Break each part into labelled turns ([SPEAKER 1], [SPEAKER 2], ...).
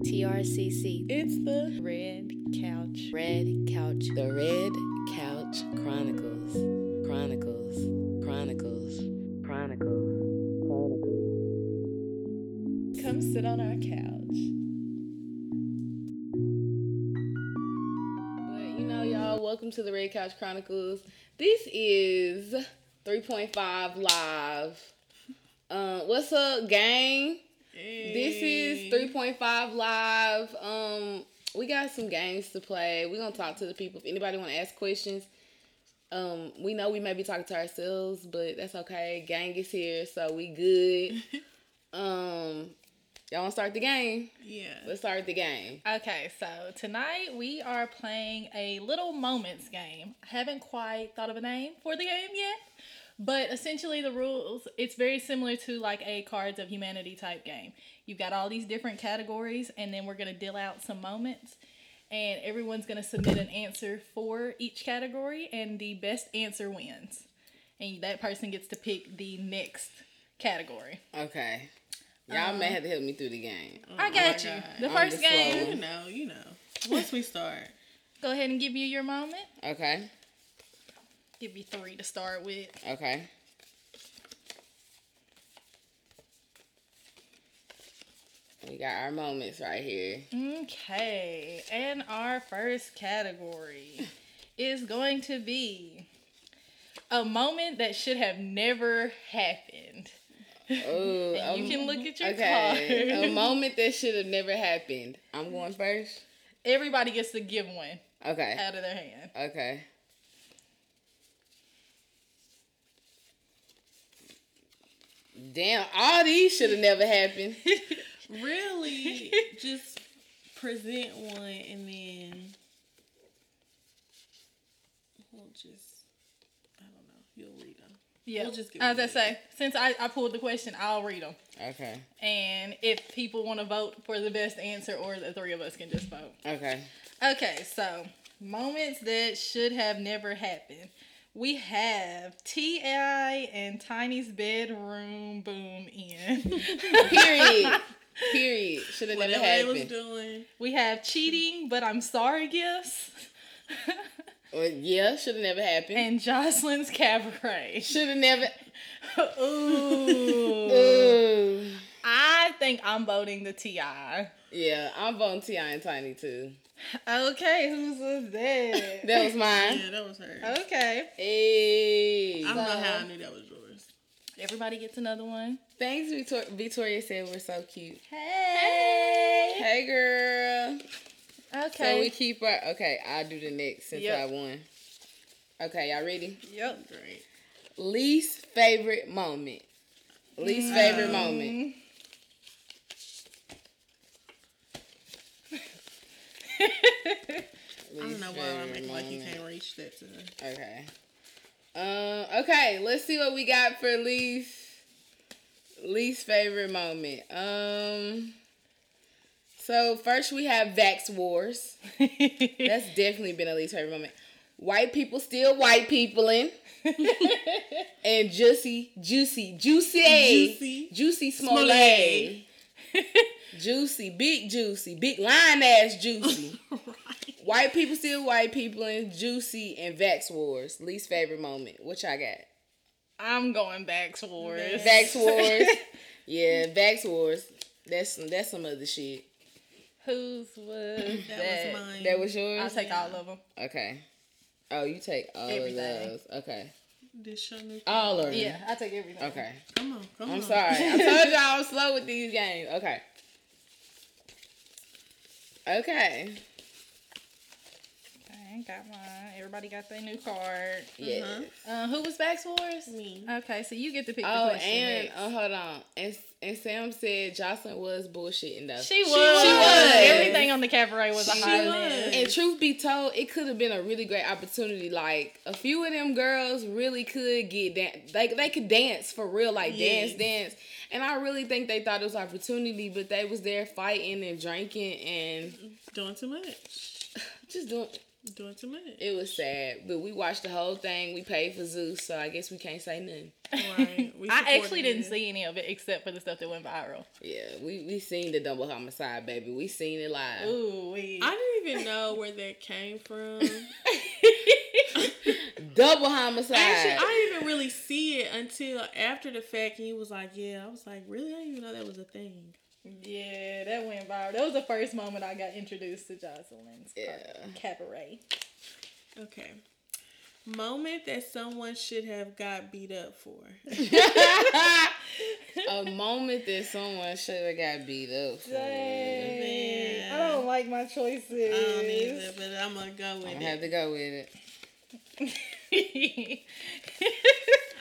[SPEAKER 1] TRCC.
[SPEAKER 2] It's the
[SPEAKER 1] Red Couch.
[SPEAKER 2] Red Couch.
[SPEAKER 1] The Red Couch Chronicles. Chronicles. Chronicles. Chronicles. Chronicles.
[SPEAKER 2] Come sit on our couch. But you know, y'all, welcome to the Red Couch Chronicles. This is 3.5 live. Uh, what's up, gang? This is 3.5 live. Um, we got some games to play. We're gonna talk to the people. If anybody wanna ask questions, um, we know we may be talking to ourselves, but that's okay. Gang is here, so we good. um, y'all wanna start the game?
[SPEAKER 3] Yeah.
[SPEAKER 2] Let's start the game.
[SPEAKER 3] Okay, so tonight we are playing a little moments game. I haven't quite thought of a name for the game yet, but essentially the rules, it's very similar to like a Cards of Humanity type game. You've got all these different categories, and then we're going to deal out some moments, and everyone's going to submit an answer for each category, and the best answer wins. And that person gets to pick the next category.
[SPEAKER 2] Okay. Y'all
[SPEAKER 4] Um,
[SPEAKER 2] may have to help me through the game.
[SPEAKER 3] I got you. The
[SPEAKER 2] Oh I'm
[SPEAKER 3] first
[SPEAKER 2] the slow
[SPEAKER 3] game.
[SPEAKER 2] one.
[SPEAKER 4] You know, you know. Once we start,
[SPEAKER 3] Go ahead and give you your moment.
[SPEAKER 2] Okay.
[SPEAKER 3] Give you three to start with.
[SPEAKER 2] Okay. We got our moments right here.
[SPEAKER 3] Okay, and our first category is going to be a moment that should have never happened.
[SPEAKER 2] Ooh,
[SPEAKER 3] you
[SPEAKER 2] um,
[SPEAKER 3] can look at your
[SPEAKER 2] okay.
[SPEAKER 3] card.
[SPEAKER 2] A moment that should have never happened. I'm going first.
[SPEAKER 3] Everybody gets to give one
[SPEAKER 2] Okay.
[SPEAKER 3] out of their hand.
[SPEAKER 2] Okay. Damn, all these should have never happened.
[SPEAKER 4] really just present one and then we'll just, I don't know, you'll read them.
[SPEAKER 3] Yeah,
[SPEAKER 4] We'll just give
[SPEAKER 3] as
[SPEAKER 4] them
[SPEAKER 3] I say, since I, I pulled the question, I'll read them.
[SPEAKER 2] Okay.
[SPEAKER 3] And if people want to vote for the best answer, or the three of us can just vote.
[SPEAKER 2] Okay.
[SPEAKER 3] Okay, so moments that should have never happened. We have T.I. and Tiny's bedroom boom in.
[SPEAKER 2] Period. Period. Should have never
[SPEAKER 4] Whatever they was
[SPEAKER 2] happened.
[SPEAKER 4] doing,
[SPEAKER 3] we have cheating, but I'm sorry gifts.
[SPEAKER 2] Well, yeah, should have never happened.
[SPEAKER 3] and Jocelyn's cabaret.
[SPEAKER 2] Should have never.
[SPEAKER 3] Ooh.
[SPEAKER 2] Ooh.
[SPEAKER 3] I think I'm voting the T.I.
[SPEAKER 2] Yeah, I'm voting Ti and Tiny too.
[SPEAKER 3] Okay, who's was that?
[SPEAKER 2] That was mine.
[SPEAKER 4] yeah, that was her.
[SPEAKER 3] okay.
[SPEAKER 2] Hey.
[SPEAKER 4] I don't know how
[SPEAKER 3] so-
[SPEAKER 4] I knew that was yours.
[SPEAKER 3] Everybody gets another one.
[SPEAKER 2] Thanks, Victoria. Victoria said we're so cute.
[SPEAKER 3] Hey.
[SPEAKER 2] Hey, girl. So we
[SPEAKER 3] Okay.
[SPEAKER 2] keep our. Okay, I'll do the next since
[SPEAKER 3] Yep.
[SPEAKER 2] I won. Okay, y'all ready?
[SPEAKER 3] yep.
[SPEAKER 4] Great.
[SPEAKER 2] Least favorite moment. Least
[SPEAKER 3] Mm.
[SPEAKER 4] Mm.
[SPEAKER 2] favorite moment.
[SPEAKER 4] I don't
[SPEAKER 2] Least
[SPEAKER 4] know why I'm
[SPEAKER 2] favorite
[SPEAKER 4] acting like you
[SPEAKER 2] moment.
[SPEAKER 4] can't reach that to
[SPEAKER 2] Okay. Um. Okay. Let's see what we got for least least favorite moment. Um. So first we have Vax Wars. That's definitely been a least favorite moment. White people still white peopling. and Juicy, Juicy, Juicy,
[SPEAKER 4] Juicy.
[SPEAKER 2] Juicy Smollett.
[SPEAKER 4] Smollett.
[SPEAKER 2] Juicy, big juicy, big line ass juicy. White people still white people and juicy and Vax Wars. Least favorite moment. What y'all got?
[SPEAKER 3] I'm going back towards.
[SPEAKER 2] Vax Wars. yeah, Vax Wars. That's some that's some other shit.
[SPEAKER 3] Whose was that?
[SPEAKER 4] That, was mine.
[SPEAKER 2] That was
[SPEAKER 3] I'll
[SPEAKER 2] yours?
[SPEAKER 3] take all of them.
[SPEAKER 2] Okay. Oh, you take all
[SPEAKER 3] Everything.
[SPEAKER 2] of those. Okay.
[SPEAKER 4] This your new.
[SPEAKER 2] All of them.
[SPEAKER 3] Yeah, I'll take everything.
[SPEAKER 2] Okay.
[SPEAKER 4] Come on, come on.
[SPEAKER 2] I'm sorry. I told y'all I was slow with these games. Okay. Okay.
[SPEAKER 3] Okay, got mine. Everybody got their new card.
[SPEAKER 2] Yeah.
[SPEAKER 4] Uh-huh.
[SPEAKER 3] Uh, who was back towards?
[SPEAKER 4] Me.
[SPEAKER 3] Okay, so you get to pick
[SPEAKER 2] Oh,
[SPEAKER 3] the question
[SPEAKER 2] and
[SPEAKER 3] next.
[SPEAKER 2] oh, hold on. And and Sam said Jocelyn was bullshitting though.
[SPEAKER 3] she was.
[SPEAKER 2] was.
[SPEAKER 3] Everything on the cabaret was a
[SPEAKER 2] She
[SPEAKER 3] high
[SPEAKER 4] was.
[SPEAKER 3] mess.
[SPEAKER 2] And truth be told, it could have been a really great opportunity. Like a few of them girls really could get that. Like they could dance for real, like dance,
[SPEAKER 4] Yes.
[SPEAKER 2] dance. And I really think they thought it was an opportunity, but they was there fighting and drinking and
[SPEAKER 4] Doing too much.
[SPEAKER 2] just doing.
[SPEAKER 4] Doing too much.
[SPEAKER 2] It was sad, but we watched the whole thing. We paid for Zeus, so I guess we can't say nothing.
[SPEAKER 4] Right. We
[SPEAKER 3] I actually
[SPEAKER 4] supported
[SPEAKER 3] didn't
[SPEAKER 4] it.
[SPEAKER 3] see any of it except for the stuff that went viral.
[SPEAKER 2] Yeah, we we seen the double homicide, baby. We seen it live.
[SPEAKER 3] Ooh, we.
[SPEAKER 4] I didn't even know where that came from. actually,
[SPEAKER 2] Double homicide.
[SPEAKER 4] I didn't even really see it until after the fact, and he was like, "Yeah." I was like, "Really? I didn't even know that was a thing."
[SPEAKER 3] yeah, that went viral. That was the first moment I got introduced to Jocelyn's
[SPEAKER 2] Yeah.
[SPEAKER 3] cabaret.
[SPEAKER 4] Okay. Moment that someone should have got beat up for.
[SPEAKER 2] a moment that someone should have got beat up. For. I'm
[SPEAKER 3] Dang,
[SPEAKER 4] Man.
[SPEAKER 3] I don't like my choices.
[SPEAKER 4] I don't either, but I'm gonna go with
[SPEAKER 2] gonna
[SPEAKER 4] it.
[SPEAKER 2] have to go with it.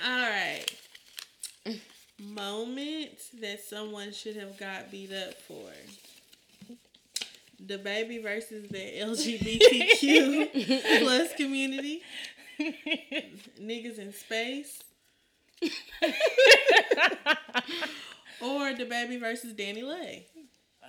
[SPEAKER 4] All right. Moment that someone should have got beat up for. The baby versus the LGBTQ plus community. Niggas in space. or the baby versus Danny Lay.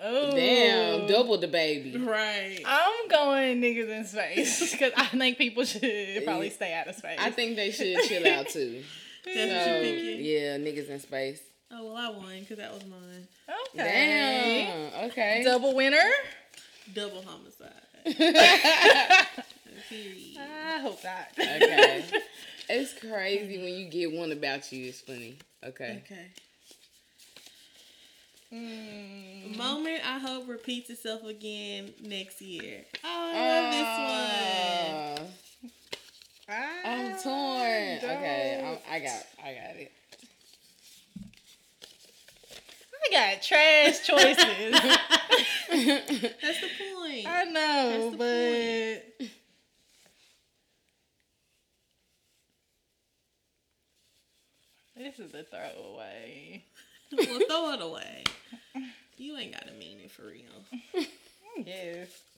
[SPEAKER 3] oh
[SPEAKER 2] Damn, double the baby.
[SPEAKER 4] Right.
[SPEAKER 3] I'm going niggas in space because I think people should probably stay out of space.
[SPEAKER 2] I think they should chill out too.
[SPEAKER 4] That's
[SPEAKER 2] So,
[SPEAKER 4] what you're thinking.
[SPEAKER 2] yeah, niggas in space.
[SPEAKER 4] Oh well, I won because that was mine.
[SPEAKER 3] okay.
[SPEAKER 2] Damn. Okay.
[SPEAKER 3] Double winner.
[SPEAKER 4] Double homicide. Period.
[SPEAKER 3] I hope not.
[SPEAKER 2] okay. It's crazy when you get one about you. It's funny. Okay.
[SPEAKER 4] Okay.
[SPEAKER 3] Mm.
[SPEAKER 4] Moment I hope repeats itself again next year. Oh, I love
[SPEAKER 2] Uh, Ah, I'm torn. Okay. i I got. I got it.
[SPEAKER 3] I got trash choices.
[SPEAKER 4] this one. That's the point.
[SPEAKER 3] I know, but this is a throwaway.
[SPEAKER 4] well, throw it away. You ain't gotta mean it for real.
[SPEAKER 3] Yes.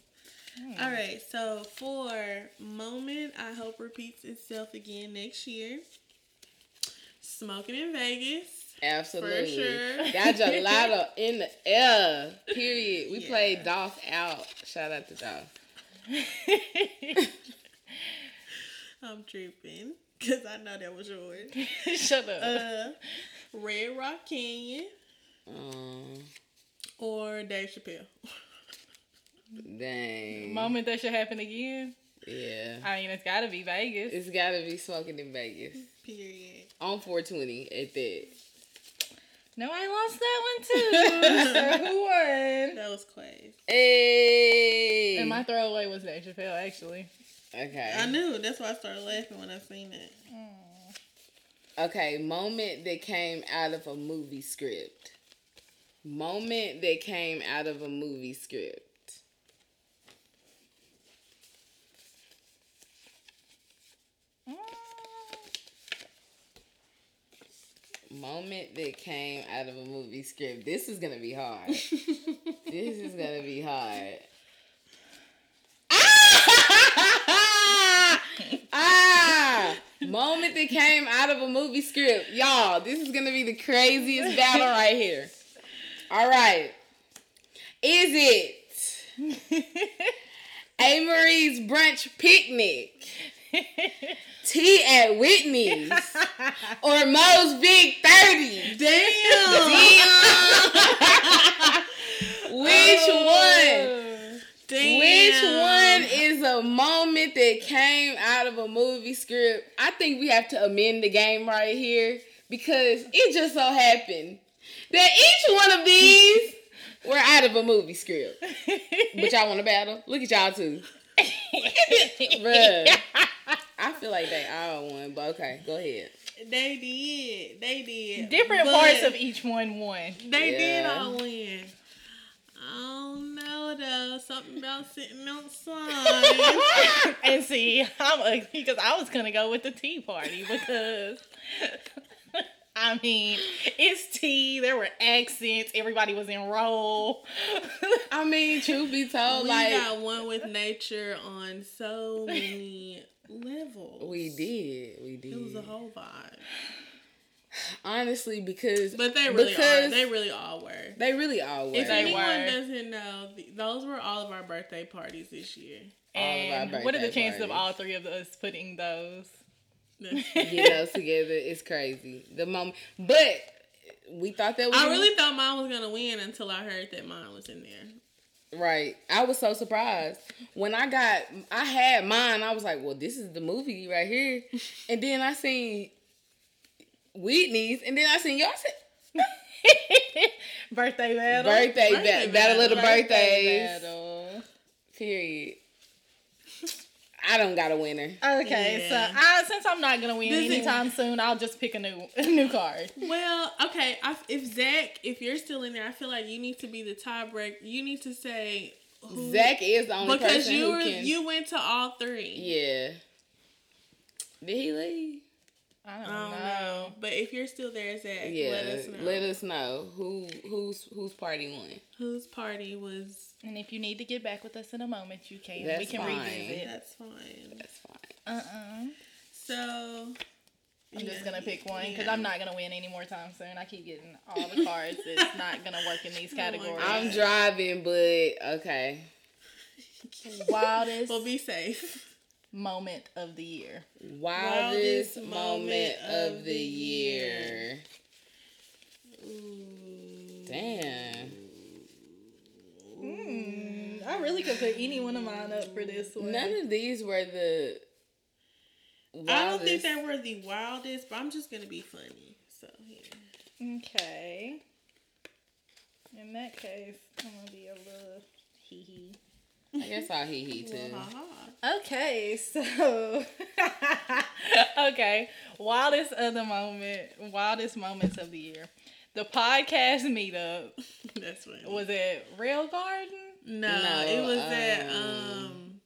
[SPEAKER 2] Mm.
[SPEAKER 4] All right, so for moment I hope repeats itself again next year. Smoking in Vegas.
[SPEAKER 2] Absolutely.
[SPEAKER 4] sure.
[SPEAKER 2] Got gelato in the air. Period. We
[SPEAKER 4] Yeah.
[SPEAKER 2] played Dolph out. Shout out to Dolph.
[SPEAKER 4] I'm tripping because I know that was yours.
[SPEAKER 3] Shut up.
[SPEAKER 4] Uh, Red Rock Canyon
[SPEAKER 2] Um,
[SPEAKER 4] or Dave Chappelle.
[SPEAKER 2] dang.
[SPEAKER 3] Moment that should happen again.
[SPEAKER 2] Yeah.
[SPEAKER 3] I mean, it's gotta be Vegas.
[SPEAKER 2] It's gotta be smoking in Vegas
[SPEAKER 4] Period.
[SPEAKER 2] on 420 at that.
[SPEAKER 3] No, I lost that one too. so who won?
[SPEAKER 4] That was crazy.
[SPEAKER 2] Hey.
[SPEAKER 3] And my throwaway was Dave Chappelle, actually.
[SPEAKER 4] I
[SPEAKER 2] okay.
[SPEAKER 4] knew. That's why I started laughing when I seen it.
[SPEAKER 2] Mm. Okay. Moment that came out of a movie script. Moment that came out of a movie script. Moment that came out of a movie script. This is gonna be hard. this is gonna be hard. Ah! ah! Moment that came out of a movie script. Y'all, this is gonna be the craziest battle right here. All right. Is it A. Marie's brunch picnic? Tea at Whitney's? Or Mo's Big 30?
[SPEAKER 4] Damn.
[SPEAKER 2] Which one?
[SPEAKER 3] Uh,
[SPEAKER 4] Damn.
[SPEAKER 2] Oh. Which one is a moment that came out of a movie script? I think we have to amend the game right here because it just so happened that each one of these were out of a movie script. But y'all want to battle? Look at y'all two. Bruh. I feel like they all won, but okay, go ahead.
[SPEAKER 4] They did. They did.
[SPEAKER 3] Different
[SPEAKER 4] But
[SPEAKER 3] parts of each one won.
[SPEAKER 4] They did
[SPEAKER 2] Yeah.
[SPEAKER 4] all win. I don't know though. Something about sitting outside.
[SPEAKER 3] And see, I'm ugly because I was gonna go with the tea party because I mean it's tea. There were accents. Everybody was in roll.
[SPEAKER 2] I mean, truth be told,
[SPEAKER 4] we
[SPEAKER 2] Oh, like
[SPEAKER 4] got one with nature on so many levels.
[SPEAKER 2] we did, we did.
[SPEAKER 4] It was a whole vibe.
[SPEAKER 2] honestly, because
[SPEAKER 4] But they really are.
[SPEAKER 2] Because-
[SPEAKER 4] They really all were.
[SPEAKER 2] they really all were.
[SPEAKER 4] If
[SPEAKER 3] They
[SPEAKER 4] anyone
[SPEAKER 3] were.
[SPEAKER 4] doesn't know, th- those were all of our birthday parties this year.
[SPEAKER 2] All
[SPEAKER 3] And
[SPEAKER 2] of our
[SPEAKER 3] what are the
[SPEAKER 2] birthday
[SPEAKER 3] chances of
[SPEAKER 2] parties.
[SPEAKER 3] all three of us putting those?
[SPEAKER 2] Get those together, it's crazy. The moment, but we thought that was
[SPEAKER 4] I really thought mine was gonna win until I heard that mine was in there.
[SPEAKER 2] right. I was so surprised when I got, I had mine. I was like, well, this is the movie right here, and then I seen Whitney's, and then I seen y'all. Said,
[SPEAKER 3] birthday battle.
[SPEAKER 2] birthday, ba-
[SPEAKER 4] Birthday
[SPEAKER 2] battle of the
[SPEAKER 4] battle.
[SPEAKER 2] birthdays.
[SPEAKER 3] battle.
[SPEAKER 2] Period. I don't got a winner.
[SPEAKER 3] Okay,
[SPEAKER 4] Yeah.
[SPEAKER 3] so I, since I'm not gonna win
[SPEAKER 4] This is-
[SPEAKER 3] anytime soon, I'll just pick a new a new card.
[SPEAKER 4] Well, okay. I, if Zach, if you're still in there, I feel like you need to be the tiebreaker. You need to say who,
[SPEAKER 2] Zach is the only
[SPEAKER 4] because
[SPEAKER 2] person
[SPEAKER 4] you
[SPEAKER 2] who
[SPEAKER 4] were
[SPEAKER 2] can.
[SPEAKER 4] you went to all three.
[SPEAKER 2] yeah. Did he leave?
[SPEAKER 3] I
[SPEAKER 4] I
[SPEAKER 3] don't,
[SPEAKER 4] don't
[SPEAKER 3] know.
[SPEAKER 4] know. But if you're still there, Zach,
[SPEAKER 2] Yeah.
[SPEAKER 4] let us know
[SPEAKER 2] who who's whose party won.
[SPEAKER 4] whose party was.
[SPEAKER 3] And if you need to get back with us in a moment, you can. we
[SPEAKER 2] That's
[SPEAKER 3] can
[SPEAKER 2] fine.
[SPEAKER 3] revisit.
[SPEAKER 4] That's fine.
[SPEAKER 2] That's fine.
[SPEAKER 3] Uh uh-uh. uh.
[SPEAKER 4] So
[SPEAKER 3] i am
[SPEAKER 4] yeah.
[SPEAKER 3] just gonna pick one because
[SPEAKER 4] Yeah.
[SPEAKER 3] I'm not gonna win any more time soon. I keep getting all the cards that's not gonna work in these
[SPEAKER 4] Oh my
[SPEAKER 3] categories.
[SPEAKER 2] I'm
[SPEAKER 4] God.
[SPEAKER 2] driving, but okay.
[SPEAKER 3] Wildest
[SPEAKER 4] Well, be safe.
[SPEAKER 3] moment of the year.
[SPEAKER 2] Wildest,
[SPEAKER 4] Wildest
[SPEAKER 2] moment
[SPEAKER 4] moment
[SPEAKER 2] of,
[SPEAKER 4] of
[SPEAKER 2] the
[SPEAKER 4] the
[SPEAKER 2] year.
[SPEAKER 4] Ooh.
[SPEAKER 2] Damn.
[SPEAKER 3] Mm, I really could put any one of mine up for this one.
[SPEAKER 2] None of these were the.
[SPEAKER 4] I don't
[SPEAKER 2] wildest.
[SPEAKER 4] think they were the wildest, but I'm just gonna be funny. So yeah.
[SPEAKER 3] Okay. In that case, I'm gonna be a little hee hee.
[SPEAKER 2] I guess I'll hee hee too.
[SPEAKER 4] Ha ha.
[SPEAKER 3] Okay, so okay, wildest of the moment, wildest moments of the year. The podcast meetup
[SPEAKER 4] That's funny.
[SPEAKER 3] was at Rail Garden,
[SPEAKER 4] no,
[SPEAKER 2] No,
[SPEAKER 4] it was at
[SPEAKER 2] um,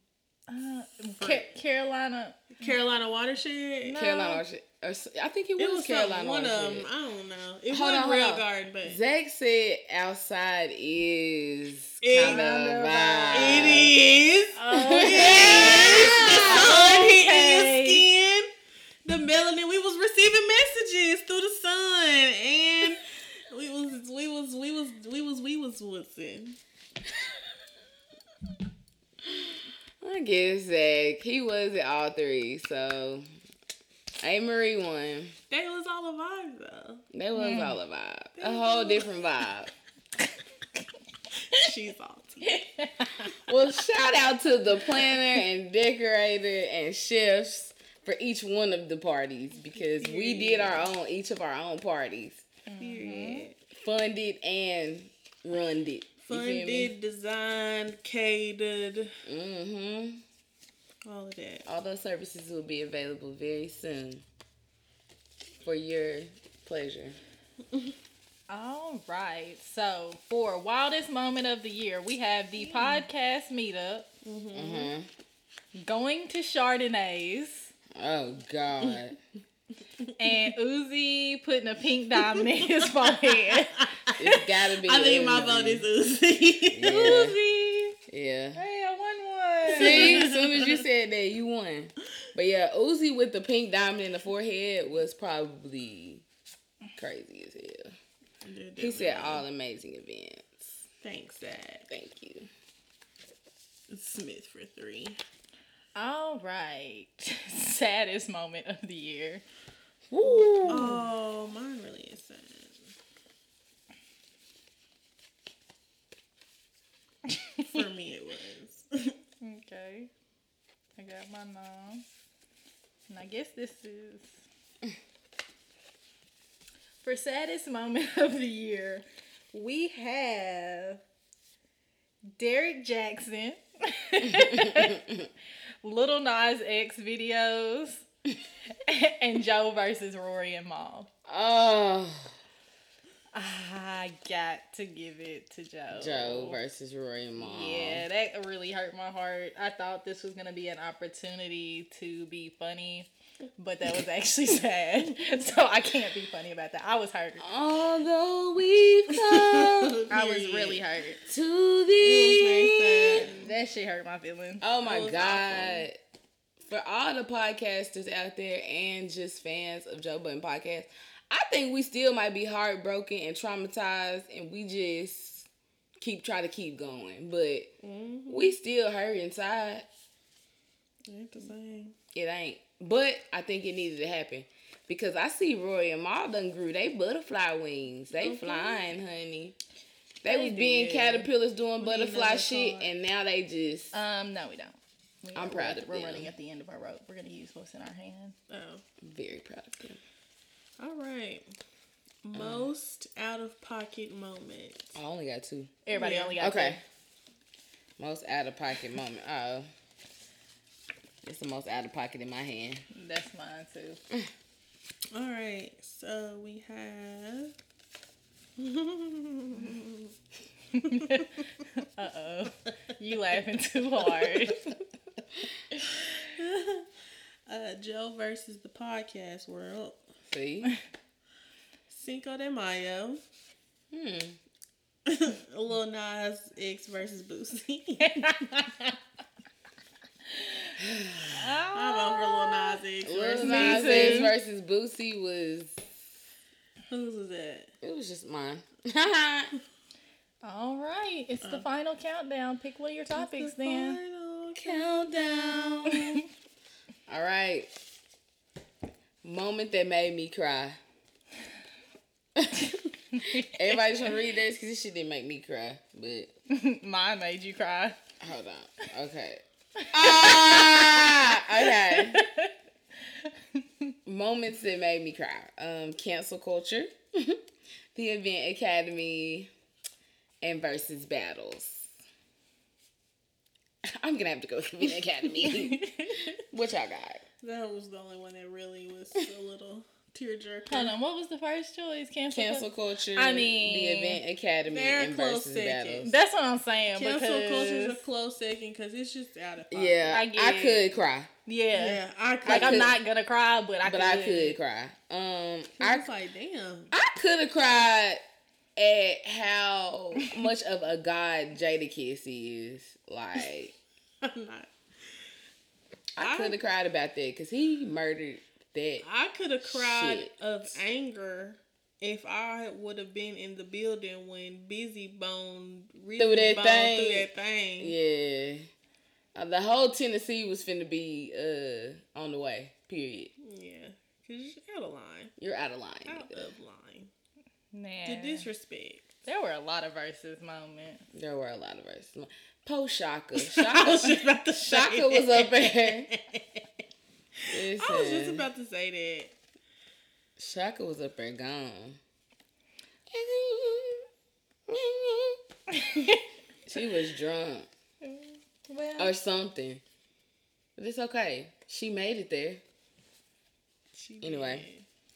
[SPEAKER 4] um
[SPEAKER 3] uh, Ca- Carolina.
[SPEAKER 4] Carolina Watershed.
[SPEAKER 3] No.
[SPEAKER 2] Carolina Orchard. Or, s- I think it was,
[SPEAKER 4] It was
[SPEAKER 2] Carolina
[SPEAKER 4] Carolina one of
[SPEAKER 2] Orchard.
[SPEAKER 4] them. I don't know. It
[SPEAKER 2] Hold
[SPEAKER 4] wasn't
[SPEAKER 2] on, hold
[SPEAKER 4] Real
[SPEAKER 2] on.
[SPEAKER 4] Garden, but
[SPEAKER 2] Zach said outside is
[SPEAKER 4] It-
[SPEAKER 2] kind of
[SPEAKER 4] it
[SPEAKER 2] vibe.
[SPEAKER 4] is.
[SPEAKER 2] Oh,
[SPEAKER 4] The sun hitting your skin. The melanin. We was receiving messages through the sun, and we was we was we was we was we was Woodson.
[SPEAKER 2] I guess Zach. He was at all three. So, A Marie won.
[SPEAKER 4] That was all a vibe though.
[SPEAKER 2] That was all a vibe. A whole different vibe.
[SPEAKER 4] She's salty.
[SPEAKER 2] well, shout out to the planner and decorator and chefs for each one of the parties because we did our own, each of our own parties.
[SPEAKER 4] Period.
[SPEAKER 2] funded and run it.
[SPEAKER 4] Funded, designed, catered,
[SPEAKER 2] Mm-hmm.
[SPEAKER 4] all of that.
[SPEAKER 2] All those services will be available very soon for your pleasure.
[SPEAKER 3] All right, so for wildest moment of the year, we have the podcast meetup,
[SPEAKER 2] Mm-hmm.
[SPEAKER 3] going to Chardonnays,
[SPEAKER 2] Oh God.
[SPEAKER 3] and Uzi putting a pink diamond in his forehead.
[SPEAKER 2] it's gotta be.
[SPEAKER 4] I think my
[SPEAKER 2] Uzi.
[SPEAKER 4] vote is Uzi.
[SPEAKER 2] Yeah.
[SPEAKER 3] Uzi,
[SPEAKER 2] yeah.
[SPEAKER 3] hey, I won one.
[SPEAKER 2] See, as soon as you said that, you won. But yeah, Uzi with the pink diamond in the forehead was probably crazy as hell. He said all amazing events.
[SPEAKER 4] Thanks, Dad.
[SPEAKER 2] Thank you.
[SPEAKER 4] Smith for three.
[SPEAKER 3] All right. Saddest moment of the year.
[SPEAKER 4] Oh, mine really is sad. For me, it was.
[SPEAKER 3] Okay. I got my mom. And I guess this is for saddest moment of the year. We have Derek Jackson, Little Nas X videos, and Joe versus Rory and Maul.
[SPEAKER 2] Oh,
[SPEAKER 3] I got to give it to Joe.
[SPEAKER 2] Joe versus Roy and Mom.
[SPEAKER 3] Yeah, that really hurt my heart. I thought this was gonna be an opportunity to be funny, but that was actually sad. So I can't be funny about that. I was hurt.
[SPEAKER 2] Although we've come
[SPEAKER 3] I was
[SPEAKER 4] Period.
[SPEAKER 3] really hurt.
[SPEAKER 2] to
[SPEAKER 4] It
[SPEAKER 2] the
[SPEAKER 4] was very sad.
[SPEAKER 3] That shit hurt my feelings.
[SPEAKER 2] Oh my
[SPEAKER 4] It was
[SPEAKER 2] god. For all the podcasters out there and just fans of Joe Button Podcast, I think we still might be heartbroken and traumatized, and we just keep try to keep going. But
[SPEAKER 4] Mm-hmm.
[SPEAKER 2] we still hurt inside.
[SPEAKER 4] Ain't the same.
[SPEAKER 2] It ain't. But I think it needed to happen because I see Roy and Maul done grew. They butterfly wings. They flying, honey. They,
[SPEAKER 4] They
[SPEAKER 2] was being
[SPEAKER 4] did.
[SPEAKER 2] caterpillars doing
[SPEAKER 4] need
[SPEAKER 2] butterfly
[SPEAKER 4] another
[SPEAKER 2] shit,
[SPEAKER 4] part.
[SPEAKER 2] and now they just.
[SPEAKER 3] Um, no, we don't. We
[SPEAKER 2] I'm
[SPEAKER 3] are-
[SPEAKER 2] proud
[SPEAKER 3] we're-
[SPEAKER 2] of
[SPEAKER 3] We're
[SPEAKER 2] them.
[SPEAKER 3] running at the end of our rope. We're gonna use what's in our hand.
[SPEAKER 4] Oh,
[SPEAKER 2] very proud of them.
[SPEAKER 4] all right.
[SPEAKER 2] Uh.
[SPEAKER 4] Most out of pocket moment.
[SPEAKER 2] I only got two.
[SPEAKER 3] Everybody
[SPEAKER 4] Yeah.
[SPEAKER 3] only got
[SPEAKER 2] Okay. Most out of pocket moment. Oh. It's the most out of pocket in my hand.
[SPEAKER 3] two. That's mine too.
[SPEAKER 4] All right. So we have.
[SPEAKER 3] uh oh, you laughing too hard.
[SPEAKER 4] uh, Joe versus the podcast world.
[SPEAKER 2] See?
[SPEAKER 4] Cinco de Mayo.
[SPEAKER 2] Hmm.
[SPEAKER 4] Lil Nas X versus Boosie. I'm over Lil Nas X.
[SPEAKER 2] Lil
[SPEAKER 4] versus-
[SPEAKER 2] Nas
[SPEAKER 3] too.
[SPEAKER 2] X versus Boosie was
[SPEAKER 4] Whose was that?
[SPEAKER 2] it was just mine. Countdown.
[SPEAKER 3] All right, it's
[SPEAKER 4] Uh.
[SPEAKER 3] the final countdown. Pick one of your topics then.
[SPEAKER 4] Final
[SPEAKER 2] All right. Moment that made me cry. Everybody trying to read this because this shit didn't make me cry, but
[SPEAKER 3] Mine made you cry.
[SPEAKER 2] Hold on. Okay. ah! Okay. Moments that made me cry. Um, cancel culture, the event academy, and versus battles. I'm gonna have to go with the event academy. what y'all got?
[SPEAKER 4] That was the only one that really was a little tearjerker.
[SPEAKER 3] Hold on, what was the first choice? Cancel.
[SPEAKER 2] Cancel culture.
[SPEAKER 3] I mean,
[SPEAKER 2] the event academy
[SPEAKER 4] they're
[SPEAKER 2] and
[SPEAKER 4] close
[SPEAKER 2] versus
[SPEAKER 4] second.
[SPEAKER 2] battles.
[SPEAKER 3] That's what I'm saying.
[SPEAKER 4] Cancel
[SPEAKER 3] because,
[SPEAKER 4] culture is a close second because it's just out of pocket.
[SPEAKER 2] yeah,
[SPEAKER 3] I
[SPEAKER 2] I,
[SPEAKER 3] get it.
[SPEAKER 2] could cry,
[SPEAKER 3] Yeah.
[SPEAKER 4] yeah. I could.
[SPEAKER 3] Like
[SPEAKER 2] I
[SPEAKER 3] I'm
[SPEAKER 2] could-
[SPEAKER 3] not gonna cry, but I
[SPEAKER 2] but
[SPEAKER 3] could. Hmm.
[SPEAKER 2] I could cry. Um,
[SPEAKER 4] I
[SPEAKER 2] I
[SPEAKER 4] was like, damn.
[SPEAKER 2] I could have cried at how much of a god Jadakiss is. Like,
[SPEAKER 4] I'm not.
[SPEAKER 2] I
[SPEAKER 4] I-
[SPEAKER 2] could have cried about that because he murdered that.
[SPEAKER 4] I could have cried
[SPEAKER 2] Shit.
[SPEAKER 4] of anger if I would have been in the building when Busy Bone really
[SPEAKER 2] Through that
[SPEAKER 4] boned
[SPEAKER 2] thing.
[SPEAKER 4] Through that thing.
[SPEAKER 2] Yeah, Uh, the whole Tennessee was finna be uh on the way. Period.
[SPEAKER 4] Yeah. Because you're out of line.
[SPEAKER 2] You're out of line.
[SPEAKER 4] Out
[SPEAKER 2] nigga.
[SPEAKER 4] of line.
[SPEAKER 3] Nah.
[SPEAKER 4] The disrespect.
[SPEAKER 3] There were a lot of verses moments.
[SPEAKER 2] There were a lot of verses. Post Shaka.
[SPEAKER 4] I was just
[SPEAKER 2] Shaka,
[SPEAKER 4] about to say
[SPEAKER 2] Shaka
[SPEAKER 4] that.
[SPEAKER 2] was up there.
[SPEAKER 4] I was just
[SPEAKER 2] Listen,
[SPEAKER 4] about to say that.
[SPEAKER 2] Shaka was up there gone. She was drunk.
[SPEAKER 3] well,
[SPEAKER 2] or something. But it's okay. She made it there.
[SPEAKER 4] She
[SPEAKER 2] Anyway.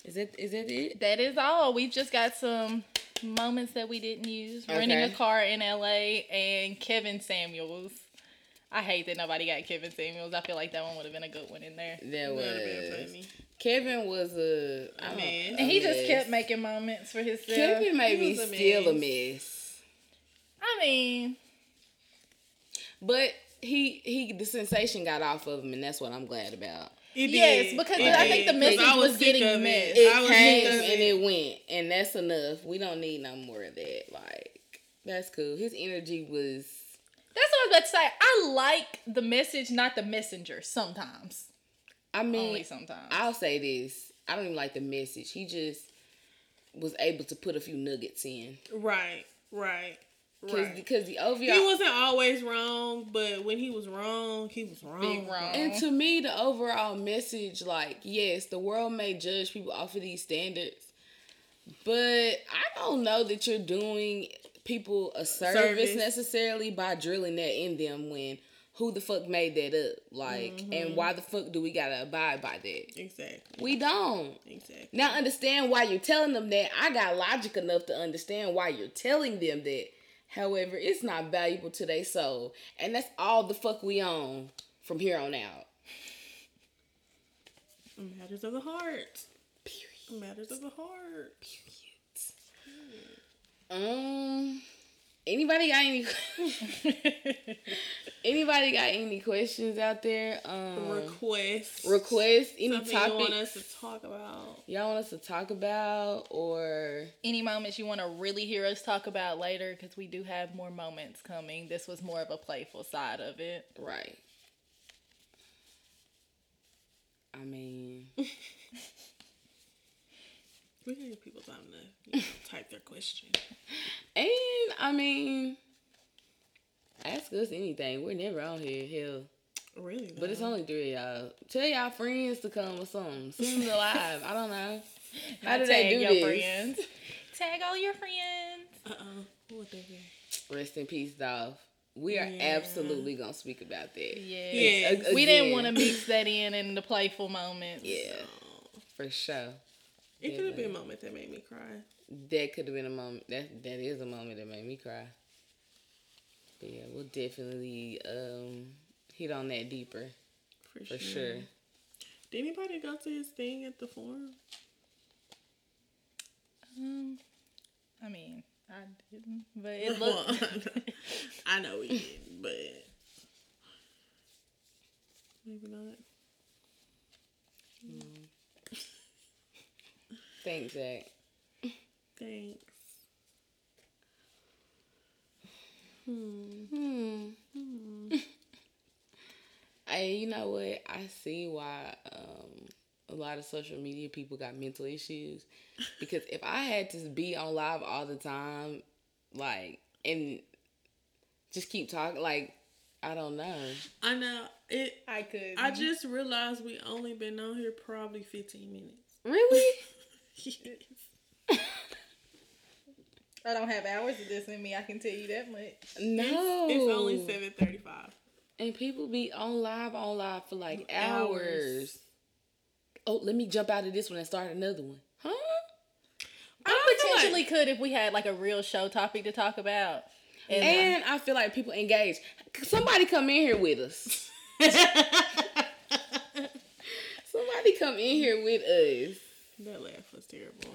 [SPEAKER 2] Is that is that it?
[SPEAKER 3] that is all. We've just got some moments that we didn't use. Renting a
[SPEAKER 2] Okay.
[SPEAKER 3] car in LA and Kevin Samuels. I hate that nobody got Kevin Samuels. I feel like that one would have been a good one in there.
[SPEAKER 2] That
[SPEAKER 4] did. That'd have been
[SPEAKER 2] was
[SPEAKER 4] funny.
[SPEAKER 2] Kevin was a, I don't-
[SPEAKER 4] man.
[SPEAKER 2] a
[SPEAKER 3] And he just
[SPEAKER 2] mess.
[SPEAKER 3] kept making moments for himself.
[SPEAKER 2] Kevin made
[SPEAKER 4] he
[SPEAKER 2] me
[SPEAKER 4] was a
[SPEAKER 2] still a
[SPEAKER 4] mess.
[SPEAKER 2] mess.
[SPEAKER 3] I mean,
[SPEAKER 2] But he he the sensation got off of him and that's what I'm glad about.
[SPEAKER 4] It
[SPEAKER 3] Yes,
[SPEAKER 4] did.
[SPEAKER 3] because
[SPEAKER 2] I think the
[SPEAKER 4] 'Cause
[SPEAKER 3] message
[SPEAKER 4] I
[SPEAKER 3] was
[SPEAKER 4] sick
[SPEAKER 3] getting
[SPEAKER 4] of it.
[SPEAKER 3] missed.
[SPEAKER 2] It
[SPEAKER 4] I was
[SPEAKER 2] came
[SPEAKER 4] sick of
[SPEAKER 2] and it went and that's enough. We don't need no more of that. Like that's cool. His energy was
[SPEAKER 3] that's what I was about to say. I like the message, not the messenger sometimes.
[SPEAKER 2] I mean
[SPEAKER 3] Only sometimes.
[SPEAKER 2] I'll say this. I don't even like the message. He just was able to put a few nuggets in.
[SPEAKER 4] Right, right,
[SPEAKER 2] Because
[SPEAKER 4] right.
[SPEAKER 2] the OVR.
[SPEAKER 4] He wasn't always wrong, but when he was wrong, he was wrong.
[SPEAKER 3] Big wrong.
[SPEAKER 2] and to me, the overall message, like, yes, the world may judge people off of these standards, but I don't know that you're doing people a service,
[SPEAKER 4] Service.
[SPEAKER 2] necessarily by drilling that in them when who the fuck made that up? Like, and why the fuck do we gotta abide by that?
[SPEAKER 4] Exactly,
[SPEAKER 2] We don't.
[SPEAKER 4] exactly.
[SPEAKER 2] Now understand why you're telling them that. I got logic enough to understand why you're telling them that. However, it's not valuable to their soul. And that's all the fuck we own from here on out.
[SPEAKER 4] Matters of the heart.
[SPEAKER 2] Period.
[SPEAKER 4] Matters of the heart.
[SPEAKER 2] Um Anybody got any? anybody got any questions out there? Um,
[SPEAKER 4] request.
[SPEAKER 2] request any
[SPEAKER 4] Something
[SPEAKER 2] topic
[SPEAKER 4] you want us to talk about.
[SPEAKER 2] y'all want us to talk about or
[SPEAKER 3] Any moments you want to really hear us talk about later, because we do have more moments coming. This was more of a playful side of it.
[SPEAKER 2] right? I mean,
[SPEAKER 4] We can give people time to you know, type their question.
[SPEAKER 2] and I mean, ask us anything. We're never on here, hell.
[SPEAKER 4] Really?
[SPEAKER 2] But it's only three of y'all. Tell y'all friends to come or something. Send them to live. I don't know. How do they
[SPEAKER 3] Tag
[SPEAKER 2] do
[SPEAKER 3] your
[SPEAKER 2] this?
[SPEAKER 3] friends. Tag all your friends.
[SPEAKER 4] Uh uh What they get?
[SPEAKER 2] Rest in peace, Dolph. We are
[SPEAKER 4] Yeah.
[SPEAKER 2] absolutely gonna speak about that.
[SPEAKER 3] Yeah.
[SPEAKER 4] Yeah.
[SPEAKER 2] Ag-
[SPEAKER 3] We didn't
[SPEAKER 2] again.
[SPEAKER 3] want to mix that in in the playful moments.
[SPEAKER 2] Yeah, for sure.
[SPEAKER 4] It could have been a moment that made me cry.
[SPEAKER 2] That could have been a moment. That that is a moment that made me cry. But yeah, we'll definitely um hit on that deeper
[SPEAKER 4] For,
[SPEAKER 2] for
[SPEAKER 4] sure.
[SPEAKER 2] sure.
[SPEAKER 4] Did anybody go to his thing at the forum?
[SPEAKER 3] Um, I mean, I didn't, but it looked.
[SPEAKER 4] I know we did, but maybe not.
[SPEAKER 2] Thanks, Zach.
[SPEAKER 4] Thanks.
[SPEAKER 2] Hmm. Hey, you know what? I see why um, a lot of social media people got mental issues. Because if I had to be on live all the time, like, and just keep talking, like, I don't know.
[SPEAKER 4] I know it.
[SPEAKER 3] I could.
[SPEAKER 2] Mm-hmm.
[SPEAKER 4] I just realized we only been on here probably fifteen minutes.
[SPEAKER 2] Really?
[SPEAKER 4] Yes.
[SPEAKER 3] I don't have hours of this in me. I can tell you that much.
[SPEAKER 2] no.
[SPEAKER 4] It's
[SPEAKER 2] Oh.
[SPEAKER 4] only seven thirty-five.
[SPEAKER 2] And people be on live, on live for like
[SPEAKER 4] Hours.
[SPEAKER 2] hours. Oh, let me jump out of this one and start another one. Huh?
[SPEAKER 3] I
[SPEAKER 4] feel like-
[SPEAKER 3] potentially could if we had like a real show topic to talk about. And,
[SPEAKER 2] And I feel like people engage. Somebody come in here with us. Somebody come in here with us.
[SPEAKER 4] That laugh was terrible.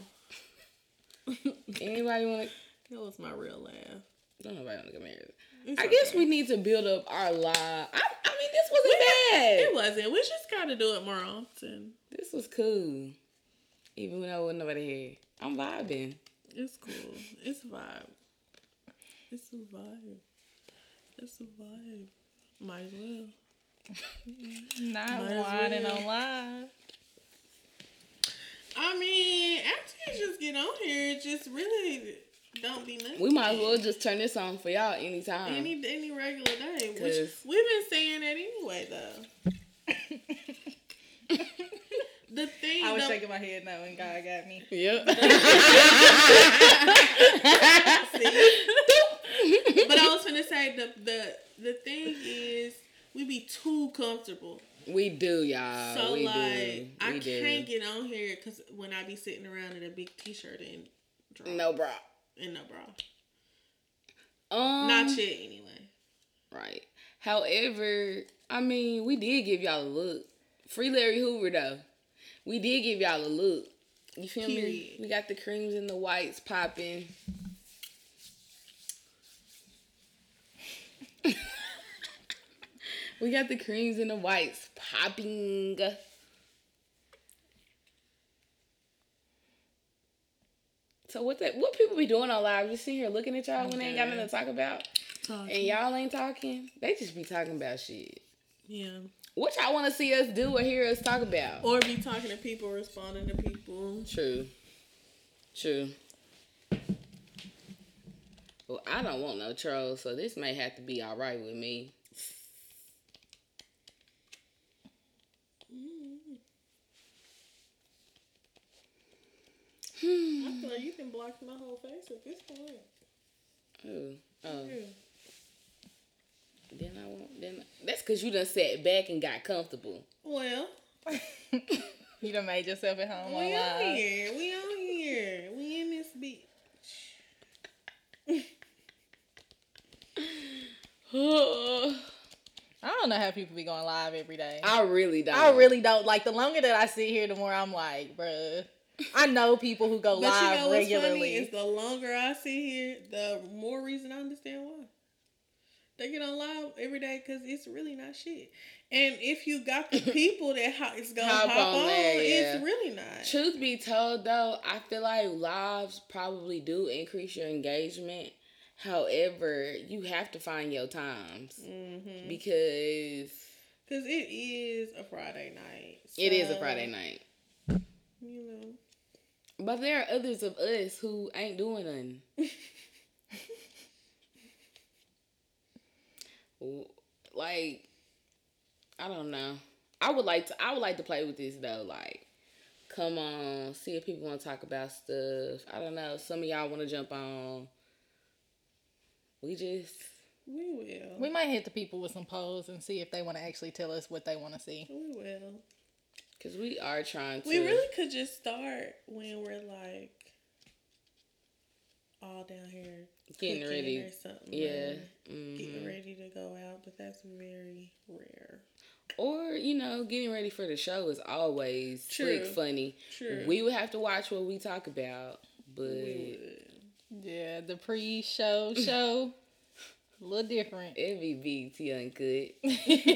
[SPEAKER 2] Anybody want
[SPEAKER 4] That was my real laugh.
[SPEAKER 2] to? Don't nobody want to come in here.
[SPEAKER 4] It's
[SPEAKER 2] I guess
[SPEAKER 4] okay.
[SPEAKER 2] we need to build up our live. I, I mean, this wasn't bad.
[SPEAKER 4] It wasn't. We just gotta do it more often.
[SPEAKER 2] This was cool. Even when I wasn't nobody here. I'm vibing.
[SPEAKER 4] It's cool. It's a vibe. It's a vibe. It's a vibe. Might as well.
[SPEAKER 3] not
[SPEAKER 4] Might as
[SPEAKER 3] whining
[SPEAKER 4] well.
[SPEAKER 3] on live.
[SPEAKER 4] I mean, after you just get on here, just really don't be nothing.
[SPEAKER 2] We might as well just turn this on for y'all anytime.
[SPEAKER 4] any any regular day. Which
[SPEAKER 2] 'Cause-
[SPEAKER 4] we've been saying that anyway though. the thing
[SPEAKER 3] I was
[SPEAKER 4] the-
[SPEAKER 3] shaking my head no, and God got me.
[SPEAKER 2] yep.
[SPEAKER 4] but I was gonna say the the the thing is we be too comfortable.
[SPEAKER 2] we do, y'all.
[SPEAKER 4] So
[SPEAKER 2] Uh, we
[SPEAKER 4] like
[SPEAKER 2] do.
[SPEAKER 4] I
[SPEAKER 2] we do.
[SPEAKER 4] can't get on here because when I be sitting around in a big t-shirt and draw,
[SPEAKER 2] no bra.
[SPEAKER 4] and no bra,
[SPEAKER 2] Um,
[SPEAKER 4] not yet anyway.
[SPEAKER 2] Right. However, I mean, we did give y'all a look. Free Larry Hoover though. We did give y'all a look. You feel me?
[SPEAKER 4] Period.
[SPEAKER 2] We got the creams and the whites popping. we got the creams and the whites popping. So what that what people be doing on live? Just sitting here looking at y'all when they ain't got nothing to talk about. And y'all ain't talking. They just be talking about shit.
[SPEAKER 4] Yeah,
[SPEAKER 2] What y'all want to see us do or hear us talk about?
[SPEAKER 4] or be talking to people, responding to people.
[SPEAKER 2] True. True. Well, I don't want no trolls, so this may have to be all right with me.
[SPEAKER 4] I feel like you can block my whole face at this point.
[SPEAKER 2] Ooh. Oh,
[SPEAKER 4] Yeah.
[SPEAKER 2] then I won't. Then that's because you done sat back and got comfortable.
[SPEAKER 4] Well,
[SPEAKER 3] You done made yourself at home
[SPEAKER 4] we
[SPEAKER 3] on
[SPEAKER 4] on
[SPEAKER 3] live.
[SPEAKER 4] here. We on here. We in this bitch.
[SPEAKER 2] I
[SPEAKER 3] I don't know how people be going live every day.
[SPEAKER 2] really don't.
[SPEAKER 3] I really don't. Like the longer that I sit here, the more I'm like, bruh, I know people who go
[SPEAKER 4] But
[SPEAKER 3] live
[SPEAKER 4] you know what's funny
[SPEAKER 3] regularly.
[SPEAKER 4] is the longer I sit here, the more reason I understand why. They get on live every day because it's really not shit. And if you got the people that ho- it's gonna hop,
[SPEAKER 2] Hop on
[SPEAKER 4] on,
[SPEAKER 2] there, yeah.
[SPEAKER 4] it's really not.
[SPEAKER 2] Truth be told, though, I feel like lives probably do increase your engagement. However, you have to find your times
[SPEAKER 4] Mhm.
[SPEAKER 2] because
[SPEAKER 4] Cause it is a Friday night.
[SPEAKER 2] it is a
[SPEAKER 4] so,
[SPEAKER 2] Friday night.
[SPEAKER 4] You know.
[SPEAKER 2] But there are others of us who ain't doing nothing. W- like, I don't know. I would like to. I would like to play with this though. Like, come on, see if people want to talk about stuff. I don't know. Some of y'all want to jump on. We just
[SPEAKER 4] We will.
[SPEAKER 3] we
[SPEAKER 4] We,
[SPEAKER 3] might hit the people with some polls and see if they want to actually tell us what they want to see.
[SPEAKER 4] will.
[SPEAKER 2] because we are trying to.
[SPEAKER 4] We really could just start when we're like all down here
[SPEAKER 2] Getting
[SPEAKER 4] cooking
[SPEAKER 2] ready.
[SPEAKER 4] or something.
[SPEAKER 2] Yeah.
[SPEAKER 4] or
[SPEAKER 2] mhm.
[SPEAKER 4] Getting ready to go out, but that's very rare.
[SPEAKER 2] Or you know, getting ready for the show is always
[SPEAKER 4] True.
[SPEAKER 2] slick funny.
[SPEAKER 4] True.
[SPEAKER 2] We would have to watch what we talk about, but
[SPEAKER 4] We
[SPEAKER 3] Yeah, the pre-show show, a little different.
[SPEAKER 2] it be BT uncut,
[SPEAKER 4] would. Pretty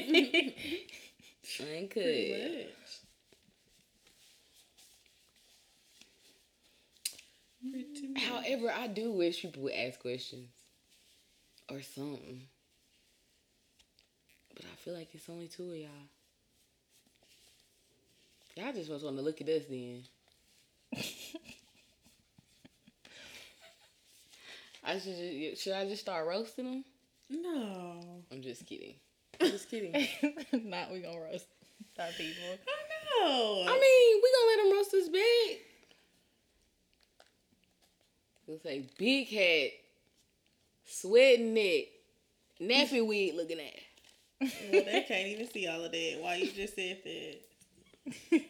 [SPEAKER 2] uncut.
[SPEAKER 4] much. Pretty much.
[SPEAKER 2] However, I do wish people would ask questions or something, but I feel like it's only two of y'all. Y'all just want to look at us then. I should ju- should I just start roasting them?
[SPEAKER 4] No.
[SPEAKER 2] I'm just kidding. Just kidding.
[SPEAKER 3] Not we gonna roast our people.
[SPEAKER 4] I know.
[SPEAKER 2] I mean, we gonna let him roast his big. We'll say big head, sweating it, nappy weed looking at.
[SPEAKER 4] well, they can't even see all of that. Why you just said that?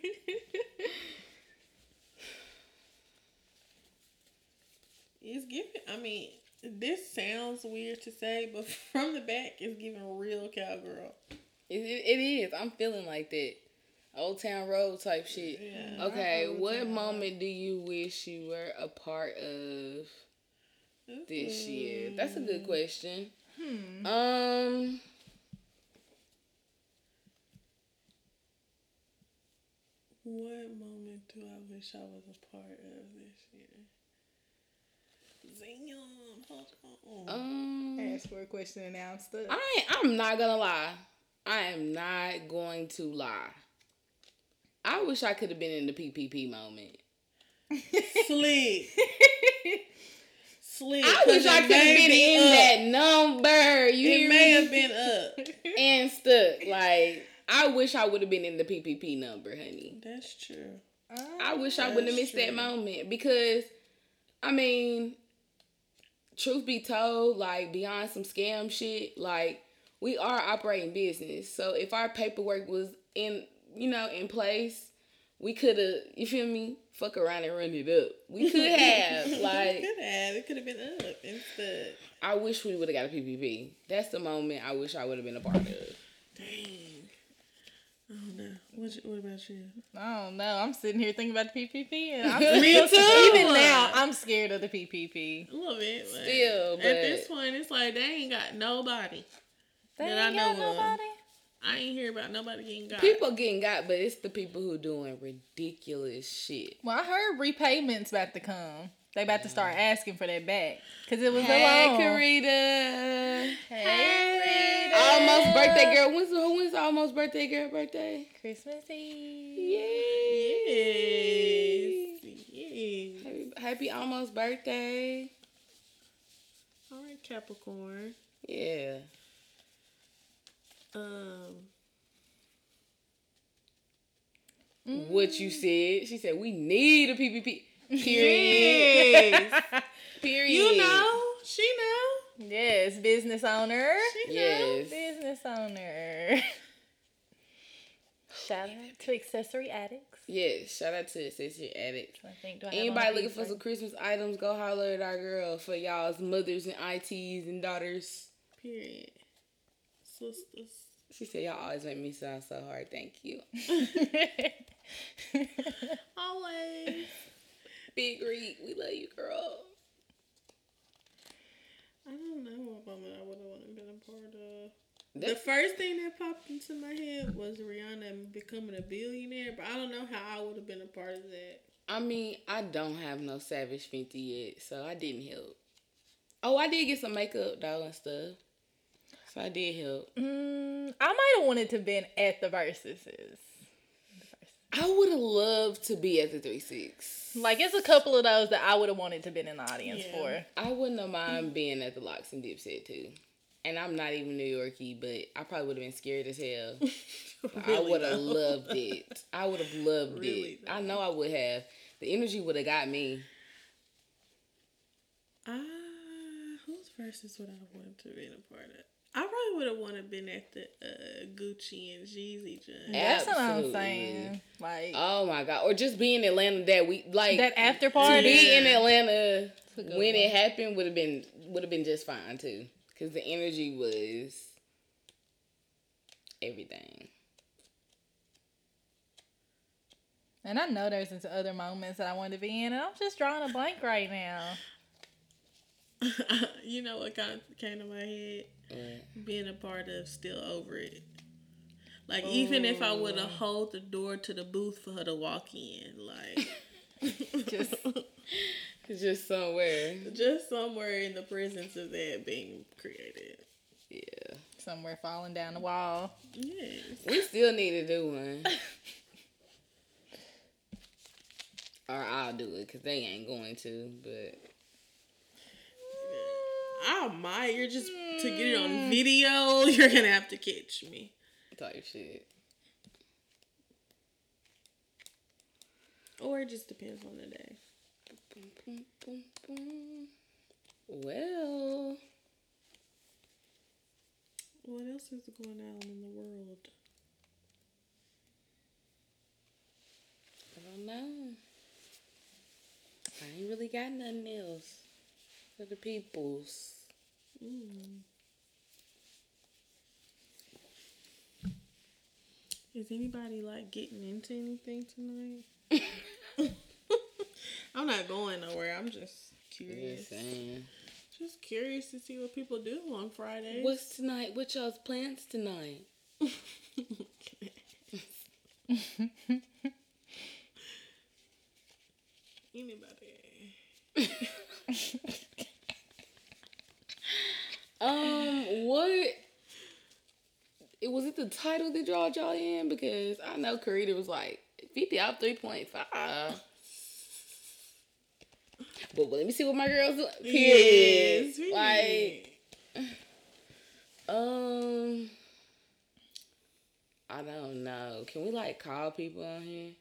[SPEAKER 4] It's giving. I mean, this sounds weird to say, but from the back, it's giving real cowgirl.
[SPEAKER 2] It, it, it is. I'm feeling like that, old town road type shit.
[SPEAKER 4] Yeah.
[SPEAKER 2] Okay,
[SPEAKER 4] Old
[SPEAKER 2] what
[SPEAKER 4] Town
[SPEAKER 2] moment do you wish you were a part of this year? That's a good question.
[SPEAKER 3] Hmm.
[SPEAKER 2] Um.
[SPEAKER 4] What moment do I wish I was a part of this year? Damn, hold on.
[SPEAKER 2] Um.
[SPEAKER 3] Ask for a question and now stuff.
[SPEAKER 2] I ain't- I'm not gonna lie. I am not going to lie. I wish I could have been in the PPP moment.
[SPEAKER 4] Slick. Slick.
[SPEAKER 2] I wish
[SPEAKER 4] 'cause
[SPEAKER 2] I
[SPEAKER 4] it
[SPEAKER 2] could have
[SPEAKER 4] may
[SPEAKER 2] been
[SPEAKER 4] be
[SPEAKER 2] in
[SPEAKER 4] up.
[SPEAKER 2] that number. You
[SPEAKER 4] It
[SPEAKER 2] hear
[SPEAKER 4] may
[SPEAKER 2] me?
[SPEAKER 4] have been up.
[SPEAKER 2] and stuck. Like I wish I would have been in the PPP number, honey.
[SPEAKER 4] That's true.
[SPEAKER 2] I wish I wouldn't have
[SPEAKER 4] That's
[SPEAKER 2] missed that
[SPEAKER 4] true.
[SPEAKER 2] moment because, I mean, truth be told, like beyond some scam shit, like we are operating business. So if our paperwork was in, you know, in place, we could have, you feel me, fuck around and run it up. We could have, like,
[SPEAKER 4] could have. It could have been up instead.
[SPEAKER 2] I wish we would have got a PPP. That's the moment I wish I would have been a part of.
[SPEAKER 4] Dang. I don't know. What, you- what about you?
[SPEAKER 3] I don't know. I'm sitting here thinking about the PPP, and I'm
[SPEAKER 2] Me too.
[SPEAKER 3] even now I'm scared of the PPP.
[SPEAKER 4] A little bit. Like,
[SPEAKER 2] Still, but-
[SPEAKER 4] at this point, it's like they ain't got nobody.
[SPEAKER 3] They
[SPEAKER 4] That I
[SPEAKER 3] ain't got
[SPEAKER 4] know of.
[SPEAKER 3] nobody.
[SPEAKER 4] I ain't hear about nobody getting got.
[SPEAKER 2] People getting got, but it's the people who doing ridiculous shit.
[SPEAKER 3] Well, I heard repayments about to come. They about to start asking for that back because it was a loan.
[SPEAKER 2] Karita.
[SPEAKER 3] Hey, Rita.
[SPEAKER 2] Almost birthday girl. When's when's almost birthday girl birthday?
[SPEAKER 3] Christmas Eve.
[SPEAKER 2] Yay!
[SPEAKER 4] Yes. Yes.
[SPEAKER 2] Happy, happy almost birthday.
[SPEAKER 4] All right, Capricorn.
[SPEAKER 2] Yeah.
[SPEAKER 4] Um.
[SPEAKER 2] What you said? She said we need a PPP. Period.
[SPEAKER 3] Yes.
[SPEAKER 2] Period.
[SPEAKER 4] You know, she know.
[SPEAKER 3] yes, business owner.
[SPEAKER 4] She know.
[SPEAKER 2] Yes.
[SPEAKER 3] Business owner. Shout out to Accessory Addicts.
[SPEAKER 2] Yes. Shout out to Accessory Addicts.
[SPEAKER 3] I think, do I have all
[SPEAKER 2] Anybody
[SPEAKER 3] the
[SPEAKER 2] looking for some
[SPEAKER 3] people?
[SPEAKER 2] Christmas items, go holler at our girl for y'all's mothers and ITs and daughters.
[SPEAKER 4] Period. Sisters.
[SPEAKER 2] She said, Y'all always make me sound so hard. Thank you.
[SPEAKER 4] Always.
[SPEAKER 2] Big Reed, we love you, girl.
[SPEAKER 4] I don't know what moment I would have wanted to been a part of. The
[SPEAKER 2] That's-
[SPEAKER 4] first thing that popped into my head was Rihanna becoming a billionaire, but I don't know how I would have been a part of that.
[SPEAKER 2] I mean, I don't have no Savage Fenty yet, so I didn't help. Oh, I did get some makeup though and stuff, so I did help.
[SPEAKER 3] Mm, I might have wanted to been at the versuses.
[SPEAKER 2] I would have loved to be at the three six.
[SPEAKER 3] Like it's a couple of those that I would have wanted to been in the audience
[SPEAKER 4] Yeah.
[SPEAKER 3] for.
[SPEAKER 2] I wouldn't have mind being at the Locks and Dipset too. And I'm not even New Yorkie, but I probably would have been scared as hell. I
[SPEAKER 4] Really,
[SPEAKER 2] would have
[SPEAKER 4] though.
[SPEAKER 2] loved it. I would have loved
[SPEAKER 4] Really,
[SPEAKER 2] it. I know I would have. The energy would have got me.
[SPEAKER 4] Ah, whose verses would I want to be a part of? I probably would have wanted been at the uh, Gucci and Jeezy joint.
[SPEAKER 3] That's what I'm
[SPEAKER 2] Absolutely.
[SPEAKER 3] saying. Like
[SPEAKER 2] Oh my god! Or just be in Atlanta that week, like
[SPEAKER 3] that after
[SPEAKER 2] to
[SPEAKER 3] party.
[SPEAKER 2] be in Atlanta
[SPEAKER 3] a good
[SPEAKER 2] when it happened would have been would have been just fine too, because the energy was everything.
[SPEAKER 3] And I know there's into other moments that I wanted to be in, and I'm just drawing a blank right now.
[SPEAKER 4] you know what kind of came to my head?
[SPEAKER 2] But-
[SPEAKER 4] Being a part of Still Over It. Like, even if I would have hold the door to the booth for her to walk in, like.
[SPEAKER 3] Just-
[SPEAKER 2] It's just somewhere.
[SPEAKER 4] Just somewhere in the presence of that being created.
[SPEAKER 2] Yeah.
[SPEAKER 3] Somewhere falling down the wall.
[SPEAKER 4] Yes.
[SPEAKER 2] We still need to do one. or I'll do it because they ain't going to. But
[SPEAKER 4] Oh my, you're just to get it on video, you're gonna have to catch me.
[SPEAKER 2] type shit.
[SPEAKER 4] Or it just depends on the day.
[SPEAKER 2] Boom, boom, boom. Well,
[SPEAKER 4] What else is going on in the world?
[SPEAKER 2] I don't know. I ain't really got nothing else for the peoples.
[SPEAKER 4] Hmm. Is anybody like getting into anything tonight? I'm not going nowhere. I'm just curious.
[SPEAKER 2] Just saying.
[SPEAKER 4] Just curious to see what people do on Fridays.
[SPEAKER 2] What's tonight? What y'all's plans tonight?
[SPEAKER 4] Anybody?
[SPEAKER 2] Um, what? It was it the title that y'all y'all in because I know Karita was like fifty off three point five. But let me see what my girls do. Period.
[SPEAKER 4] Yes, we
[SPEAKER 2] Like,
[SPEAKER 4] did.
[SPEAKER 2] um, I don't know. Can we like call people on here?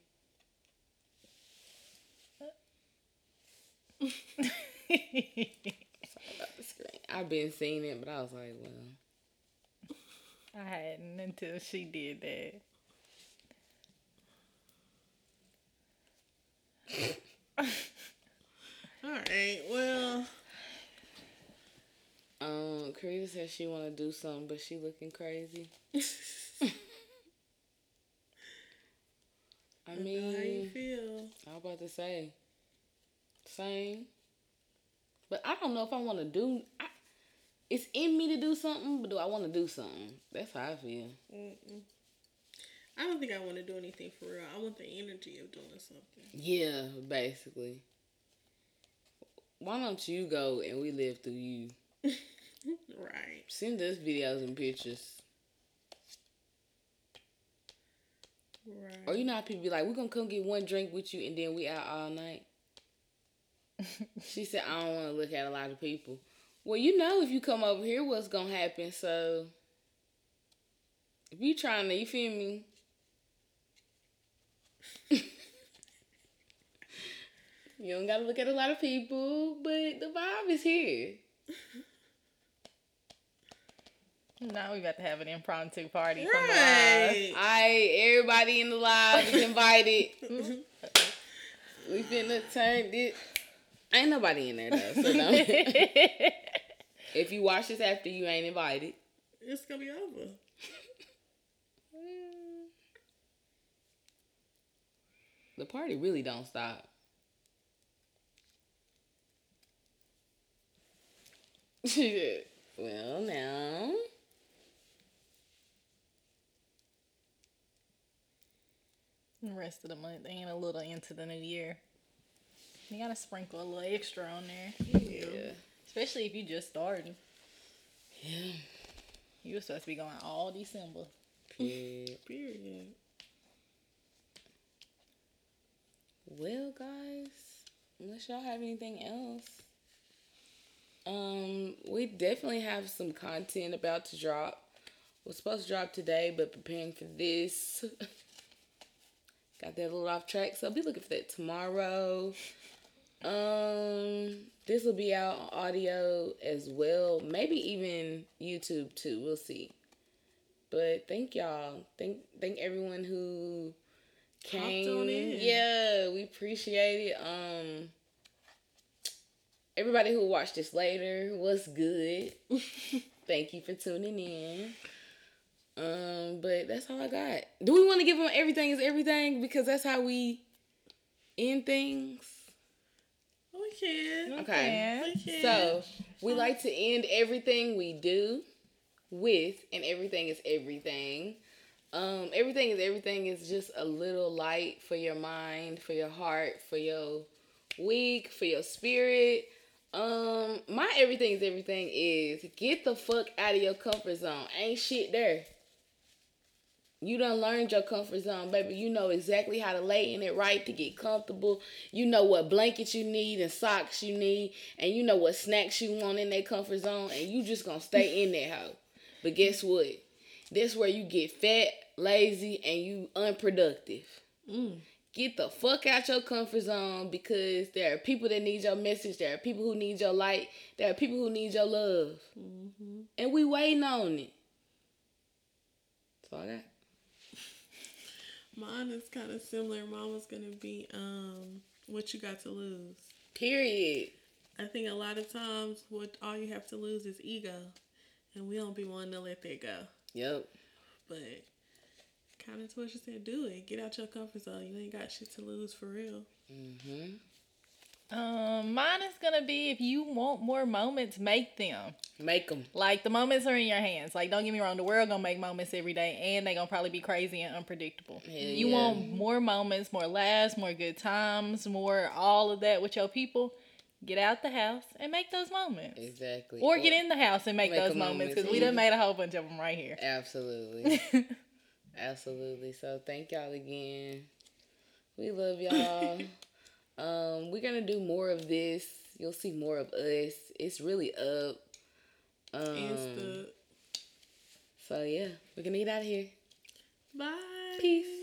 [SPEAKER 3] I
[SPEAKER 2] Sorry about the screen. I've been seeing it, but I was like, well,
[SPEAKER 3] hadn't until she did that.
[SPEAKER 4] All right. Well,
[SPEAKER 2] um, Karita says she want to do something, but she looking crazy. I
[SPEAKER 4] I know how you
[SPEAKER 2] mean,
[SPEAKER 4] feel?
[SPEAKER 2] I was about to say same, but I don't know if I want to do. I, it's in me to do something, but do I want to do something? That's how I feel.
[SPEAKER 4] Mm-mm. I don't think I want to do anything for real. I want the energy of doing something.
[SPEAKER 2] Yeah, basically. Why don't you go and we live through you?
[SPEAKER 4] Right.
[SPEAKER 2] Send us videos and pictures.
[SPEAKER 4] Right.
[SPEAKER 2] Or Oh, you know how people be like, we're gonna come get one drink with you and then we out all night. she said, I don't wanna look at a lot of people. Well, you know if you come over here what's gonna happen, so if you trying to, you feel me? you don't gotta look at a lot of people, but the vibe is here.
[SPEAKER 3] Now we about to have an impromptu party. From the live.
[SPEAKER 4] Right.
[SPEAKER 2] I everybody in the live is invited. we finna turn this. Ain't nobody in there though. So don't. if you watch this after, you ain't invited.
[SPEAKER 4] It's gonna be over.
[SPEAKER 2] The party really don't stop. She did. Well, now.
[SPEAKER 3] The rest of the month and a little into the new year. You gotta sprinkle a little extra on there.
[SPEAKER 2] Yeah.
[SPEAKER 3] Especially if you just started.
[SPEAKER 2] Yeah.
[SPEAKER 3] You were supposed to be going all December.
[SPEAKER 2] Period.
[SPEAKER 4] Period.
[SPEAKER 2] Well, guys, unless y'all have anything else, um, we definitely have some content about to drop. Was supposed to drop today, but preparing for this, got that a little off track. So be looking for that tomorrow. Um, this will be out on audio as well, maybe even YouTube too. We'll see. But thank y'all. Thank thank everyone who came.
[SPEAKER 4] on in.
[SPEAKER 2] Yeah, we appreciate it. Um, everybody who watched this later, what's good? thank you for tuning in. Um, but that's all I got. Do we want to give them everything is everything because that's how we end things?
[SPEAKER 4] We can.
[SPEAKER 2] Okay.
[SPEAKER 4] We can.
[SPEAKER 2] So we like to end everything we do with, and everything is everything. Um, everything is everything is just a little light for your mind, for your heart, for your week, for your spirit. Um, my everything is everything is get the fuck out of your comfort zone. Ain't shit there. You done learned your comfort zone, baby. You know exactly how to lay in it right to get comfortable. You know what blankets you need and socks you need, and you know what snacks you want in that comfort zone, and you just gonna stay in that hoe. But guess what? That's where you get fat, lazy, and you unproductive. Get the fuck out your comfort zone because there are people that need your message. There are people who need your light. There are people who need your love, and we waiting on it. That's all I got.
[SPEAKER 4] Mine is kind of similar. Mine was gonna be um, what you got to lose.
[SPEAKER 2] Period.
[SPEAKER 4] I think a lot of times, what all you have to lose is ego, and we don't be wanting to let that go.
[SPEAKER 2] Yep.
[SPEAKER 4] But kind of to what you said, do it. Get out your comfort zone. You ain't got shit to lose for real.
[SPEAKER 2] Mm-hmm.
[SPEAKER 3] Um, mine is gonna be if you want more moments, make them.
[SPEAKER 2] Make them.
[SPEAKER 3] Like the moments are in your hands. Like don't get me wrong, the world gonna make moments every day, and they gonna probably be crazy and unpredictable.
[SPEAKER 2] Hell
[SPEAKER 3] you
[SPEAKER 2] yeah.
[SPEAKER 3] want more moments, more laughs, more good times, more all of that with your people. Get out the house and make those moments,
[SPEAKER 2] Exactly.
[SPEAKER 3] or get in the house and make,
[SPEAKER 2] make
[SPEAKER 3] those
[SPEAKER 2] a
[SPEAKER 3] moments
[SPEAKER 2] moment.
[SPEAKER 3] because we done made a whole bunch of them right here.
[SPEAKER 2] Absolutely. Absolutely. So thank y'all again. We love y'all. um, we're gonna do more of this. You'll see more of us. It's really up. Um,
[SPEAKER 4] Insta.
[SPEAKER 2] so yeah, we're gonna get out of here.
[SPEAKER 4] Bye.
[SPEAKER 2] Peace.